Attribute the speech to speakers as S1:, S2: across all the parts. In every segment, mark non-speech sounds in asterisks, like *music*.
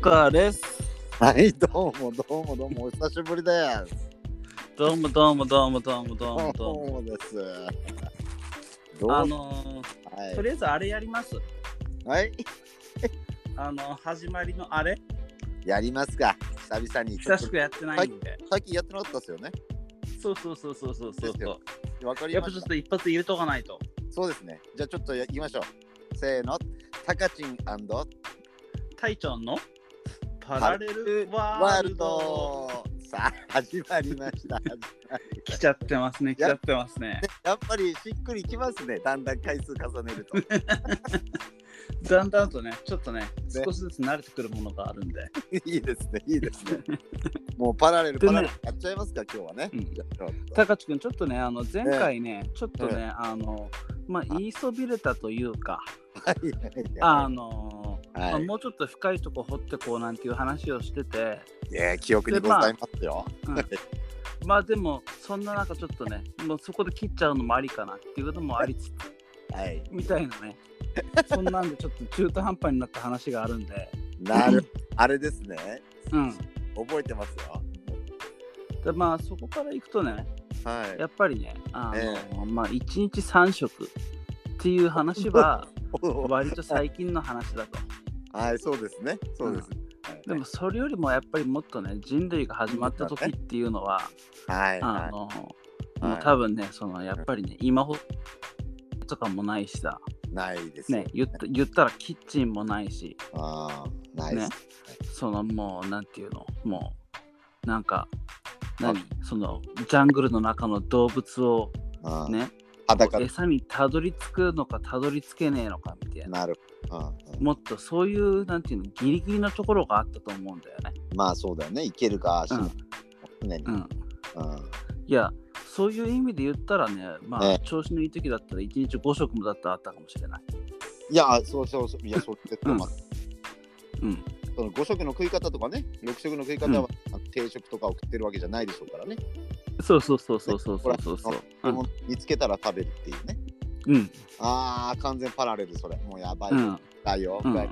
S1: カーです。
S2: はい、どうもどうもどうもお久しぶりです。
S1: どうもどうもどうもどうもどうもどうも。
S2: どうもです。どうも
S1: あの
S2: は
S1: ー、とりあえずあれやります。
S2: い、はい、
S1: あの始まりのあれ
S2: やりますか。久々に。
S1: 久しくやってないんで。
S2: 最近やってなかったですよね。
S1: そうそうそうそうそうそう
S2: です
S1: そ
S2: よ
S1: う。
S2: わかり
S1: やっ
S2: ま
S1: ぱちょ
S2: し。
S1: ったと一発入れとかないと。
S2: そうですね。じゃあちょっとや言いましょう。せーの、タカチン
S1: タイちゃんのパラレルワ
S2: ワ
S1: ー
S2: ー
S1: ル
S2: ル
S1: ド
S2: ド。さあ、始まりま
S1: *laughs*
S2: した。始まり
S1: 来ちゃってますね。来ちゃってますね。
S2: やっぱりしっくりきますね。だんだん回数重ねると。
S1: *laughs* だんだんとね、ちょっとね、少しずつ慣れてくるものがあるんで。
S2: いいですね、いいですね。もうパラレル、
S1: でね
S2: パラレルやっちゃいますか、今日はね。
S1: うん
S2: じゃあちょっと
S1: 高知くん、ちょっとね、あの前回ね、ちょっと
S2: え
S1: ね、あの、まあ、言いそびれたというか、
S2: はいはい
S1: あ
S2: は
S1: のー、
S2: い
S1: ま
S2: は
S1: あ
S2: い。
S1: もうちょっと深いとこ掘ってこうなんていう話をしてて、
S2: いや記憶にございますよ。
S1: まあでもそんな中ちょっとねもうそこで切っちゃうのもありかなっていうこともありつつ
S2: はい。
S1: みたいなねそんなんでちょっと中途半端になった話があるんで
S2: なる、あれですね。
S1: うん
S2: 覚えてますよ。
S1: でまあそこからいくとね
S2: はい。
S1: やっぱりねあの、
S2: え
S1: まあ1日3食っていう話は割と最近の話だと
S2: はい、そうですね。そうです。
S1: でもそれよりもやっぱりもっとね人類が始まった時っていうのは、
S2: はい、
S1: あ
S2: は
S1: の、
S2: い
S1: もう多分ね、そのやっぱりね、今ほとかもないしさ、
S2: い。ないですよ
S1: ね、言った言ったらキッチンもないし、
S2: ああ、ないで
S1: ね
S2: す。、
S1: そのもう、なんていうの、もう、なんか、
S2: あ
S1: 何そのジャングルの中の動物を
S2: あー
S1: ね、
S2: 裸で。
S1: 餌にたどり着くのかたどり着けねえのかみたいな、
S2: なる。あーうん
S1: もっとそういう、なんていうの、ギリギリのところがあったと思うんだよね。
S2: まあそうだよね。いけるか、し
S1: うん
S2: ねに。
S1: う
S2: うん
S1: ん。いや、そういう意味で言ったらね、まあ、
S2: ね
S1: 調子のいい時だったら1日5食もだったらあったかもしれない。
S2: いや、そうそうそう。いや、そう絶対まあ
S1: うん。
S2: その5食の食い方とかね、6食の食い方は、あの定食とかを食ってるわけじゃないでしょうからね。
S1: そうそうそうそうそうそうそうそう。う
S2: で
S1: ん
S2: も見つけたら食べるっていうね。
S1: うん
S2: ああ、完全パラレルそれ。もうやばい。
S1: うん
S2: だよ。
S1: うん
S2: だよ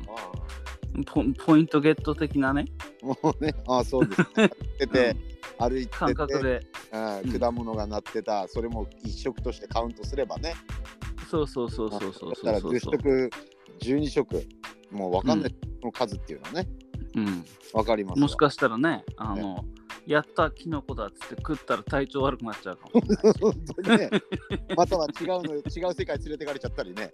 S1: ポポイントゲット的なね、
S2: もうね、ああ、そうです、ね。出
S1: う
S2: て、
S1: ん
S2: 歩いてて
S1: 感覚で、
S2: うん、果物がなってた、それも一食としてカウントすればね。
S1: そうそうそうそうそう
S2: だ
S1: そ
S2: か
S1: う
S2: ら
S1: そう
S2: 10
S1: そう。
S2: 食、12食、もうわかんない、その数っていうのはね、
S1: うん、
S2: わかりますよ。
S1: もしかしたらね、あの、やったキノコだっつって食ったら体調悪くなっちゃうかもしれ
S2: *laughs*
S1: な
S2: 本当にね、または違うの、違う世界連れてかれちゃったりね。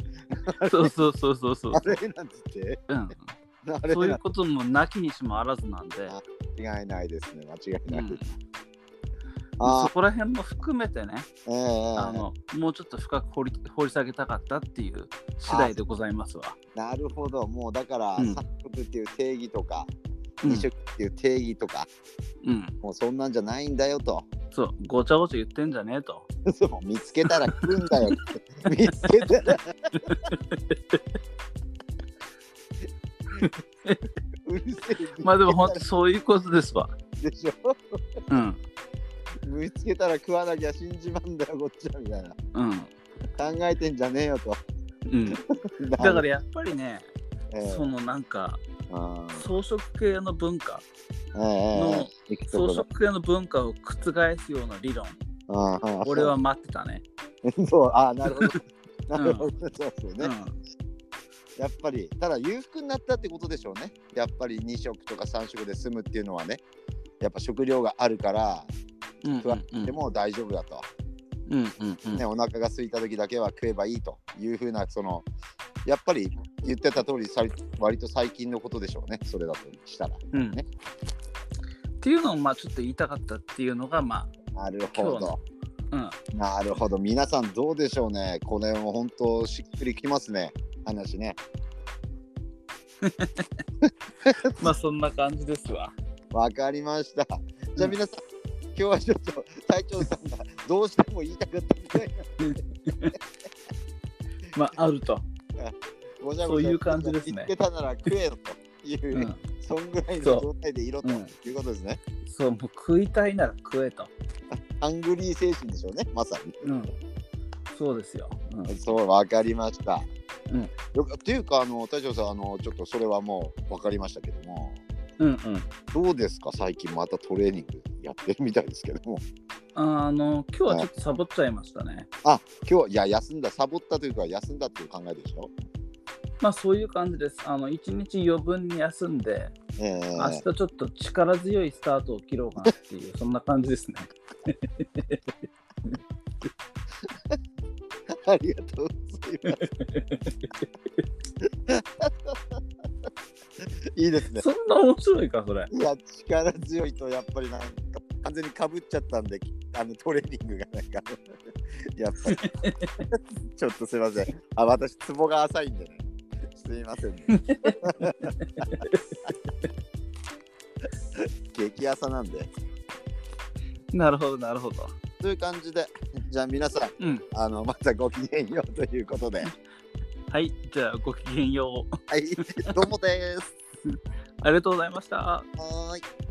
S1: い。そうそうそうそうそう。
S2: あれなんつって。
S1: うん、
S2: あれ
S1: そうい
S2: な
S1: うこともなきにしもあらずなんで、
S2: 間違いないですね。間違いな
S1: う
S2: い。
S1: ん、
S2: あ
S1: そこら辺も含めてね、
S2: ー、ええ
S1: あのもうちょっと深く掘り掘り下げたかったっていう次第でございますわ。
S2: なるほど。もうだから、
S1: うん
S2: 三食っていう定義とか、
S1: うん
S2: 二食っていう定義とか、
S1: うん、
S2: もうそんなんじゃないんだよと。 *laughs*
S1: そう、ごちゃごちゃ言ってんじゃねえと。
S2: そう見つけたら食うんだよ。
S1: *laughs*
S2: 見つけたら。うるせえ。
S1: まあでも本当そういうことですわ。
S2: でしょ。
S1: うん。
S2: 見つけたら食わなきゃ死んじまうんだよ、こっちはみたいな。
S1: うん。
S2: 考えてんじゃねえよと。
S1: うん、だ
S2: だ
S1: から、やっぱりね、
S2: ええ
S1: そのなんか
S2: うん
S1: 草食系の文化
S2: ええええ行くと
S1: 草
S2: こだ
S1: 食系の文化を覆すような理論
S2: ああ
S1: 俺は待ってたね、
S2: *laughs* そう、ああ、な
S1: *laughs*
S2: るほど。なるほど、そうですよね、
S1: うん、
S2: やっぱり、ただ裕福になったってことでしょうね。やっぱり2食とか3食で済むっていうのはね、やっぱ食料があるから、
S1: うん
S2: 食わなくても大丈夫だと、
S1: うんうんうん
S2: ね。お腹が空いた時だけは食えばいいというふうな、その、やっぱり言ってた通り、さい割と最近のことでしょうね、それだとしたら。
S1: うん
S2: ね
S1: っていうのをまあちょっと言いたかったっていうのがま
S2: なるほど。
S1: あ
S2: *laughs*
S1: うん
S2: なるほど。皆さんどうでしょうね。これも本当しっくりきますね。話ね。
S1: まあそんな感じですわ
S2: わかりました。じゃあ皆さん、今日はちょっと隊長さんがどうしても言いたかったみたいな。
S1: まああると、
S2: ごちゃ
S1: そ
S2: ご
S1: う
S2: ちゃ
S1: いう感じですね
S2: 言ってたなら食えよというう、
S1: ん、
S2: そんぐらいの
S1: そう
S2: 状態でいろと
S1: うん
S2: いうことですね。
S1: そうもう食いたいなら食えと、
S2: ハングリー精神でしょうね、まさ
S1: うん、そうですよ、うん
S2: に。そう、わかりました。
S1: うん
S2: よかっていうか、あの隊長さん、あのちょっとそれはもうわかりましたけども、
S1: うんうん。
S2: どうですか最近またトレーニングやってるみたいですけども
S1: あの、今日はちょっとサボっちゃいましたね。
S2: あ今日いや休んだサボったというか休んだっていう考えでしょ
S1: まあそういう感じです。あの、一日余分に休んで、
S2: ええ
S1: 明日ちょっと力強いスタートを切ろうかなって *laughs* いう、そんな感じですね。
S2: ありがとうございます *laughs* いいですね
S1: そんな面白いか、それ。
S2: いや力強いとやっぱりなんか完全にかぶっちゃったんであのトレーニングがなんか *laughs* やっぱり *laughs* ちょっとすいませんあ私ツボが浅いんでねすいませんね *laughs* 激浅なんで
S1: なるほど、なるほど。
S2: という感じでじゃあ皆さん
S1: うん。
S2: あのまたごきげんようということで
S1: はい、じゃあごきげんよう。
S2: はいどうもです
S1: ありがとうございました。
S2: はーい